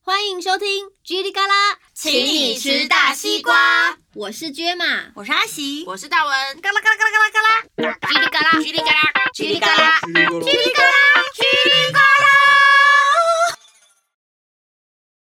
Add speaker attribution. Speaker 1: 欢迎收听《叽里嘎啦》，
Speaker 2: 请你吃大西瓜。
Speaker 1: 我是娟玛，
Speaker 2: 我是阿喜，
Speaker 3: 我是大文，
Speaker 2: 嘎啦嘎啦嘎啦嘎啦嘎啦。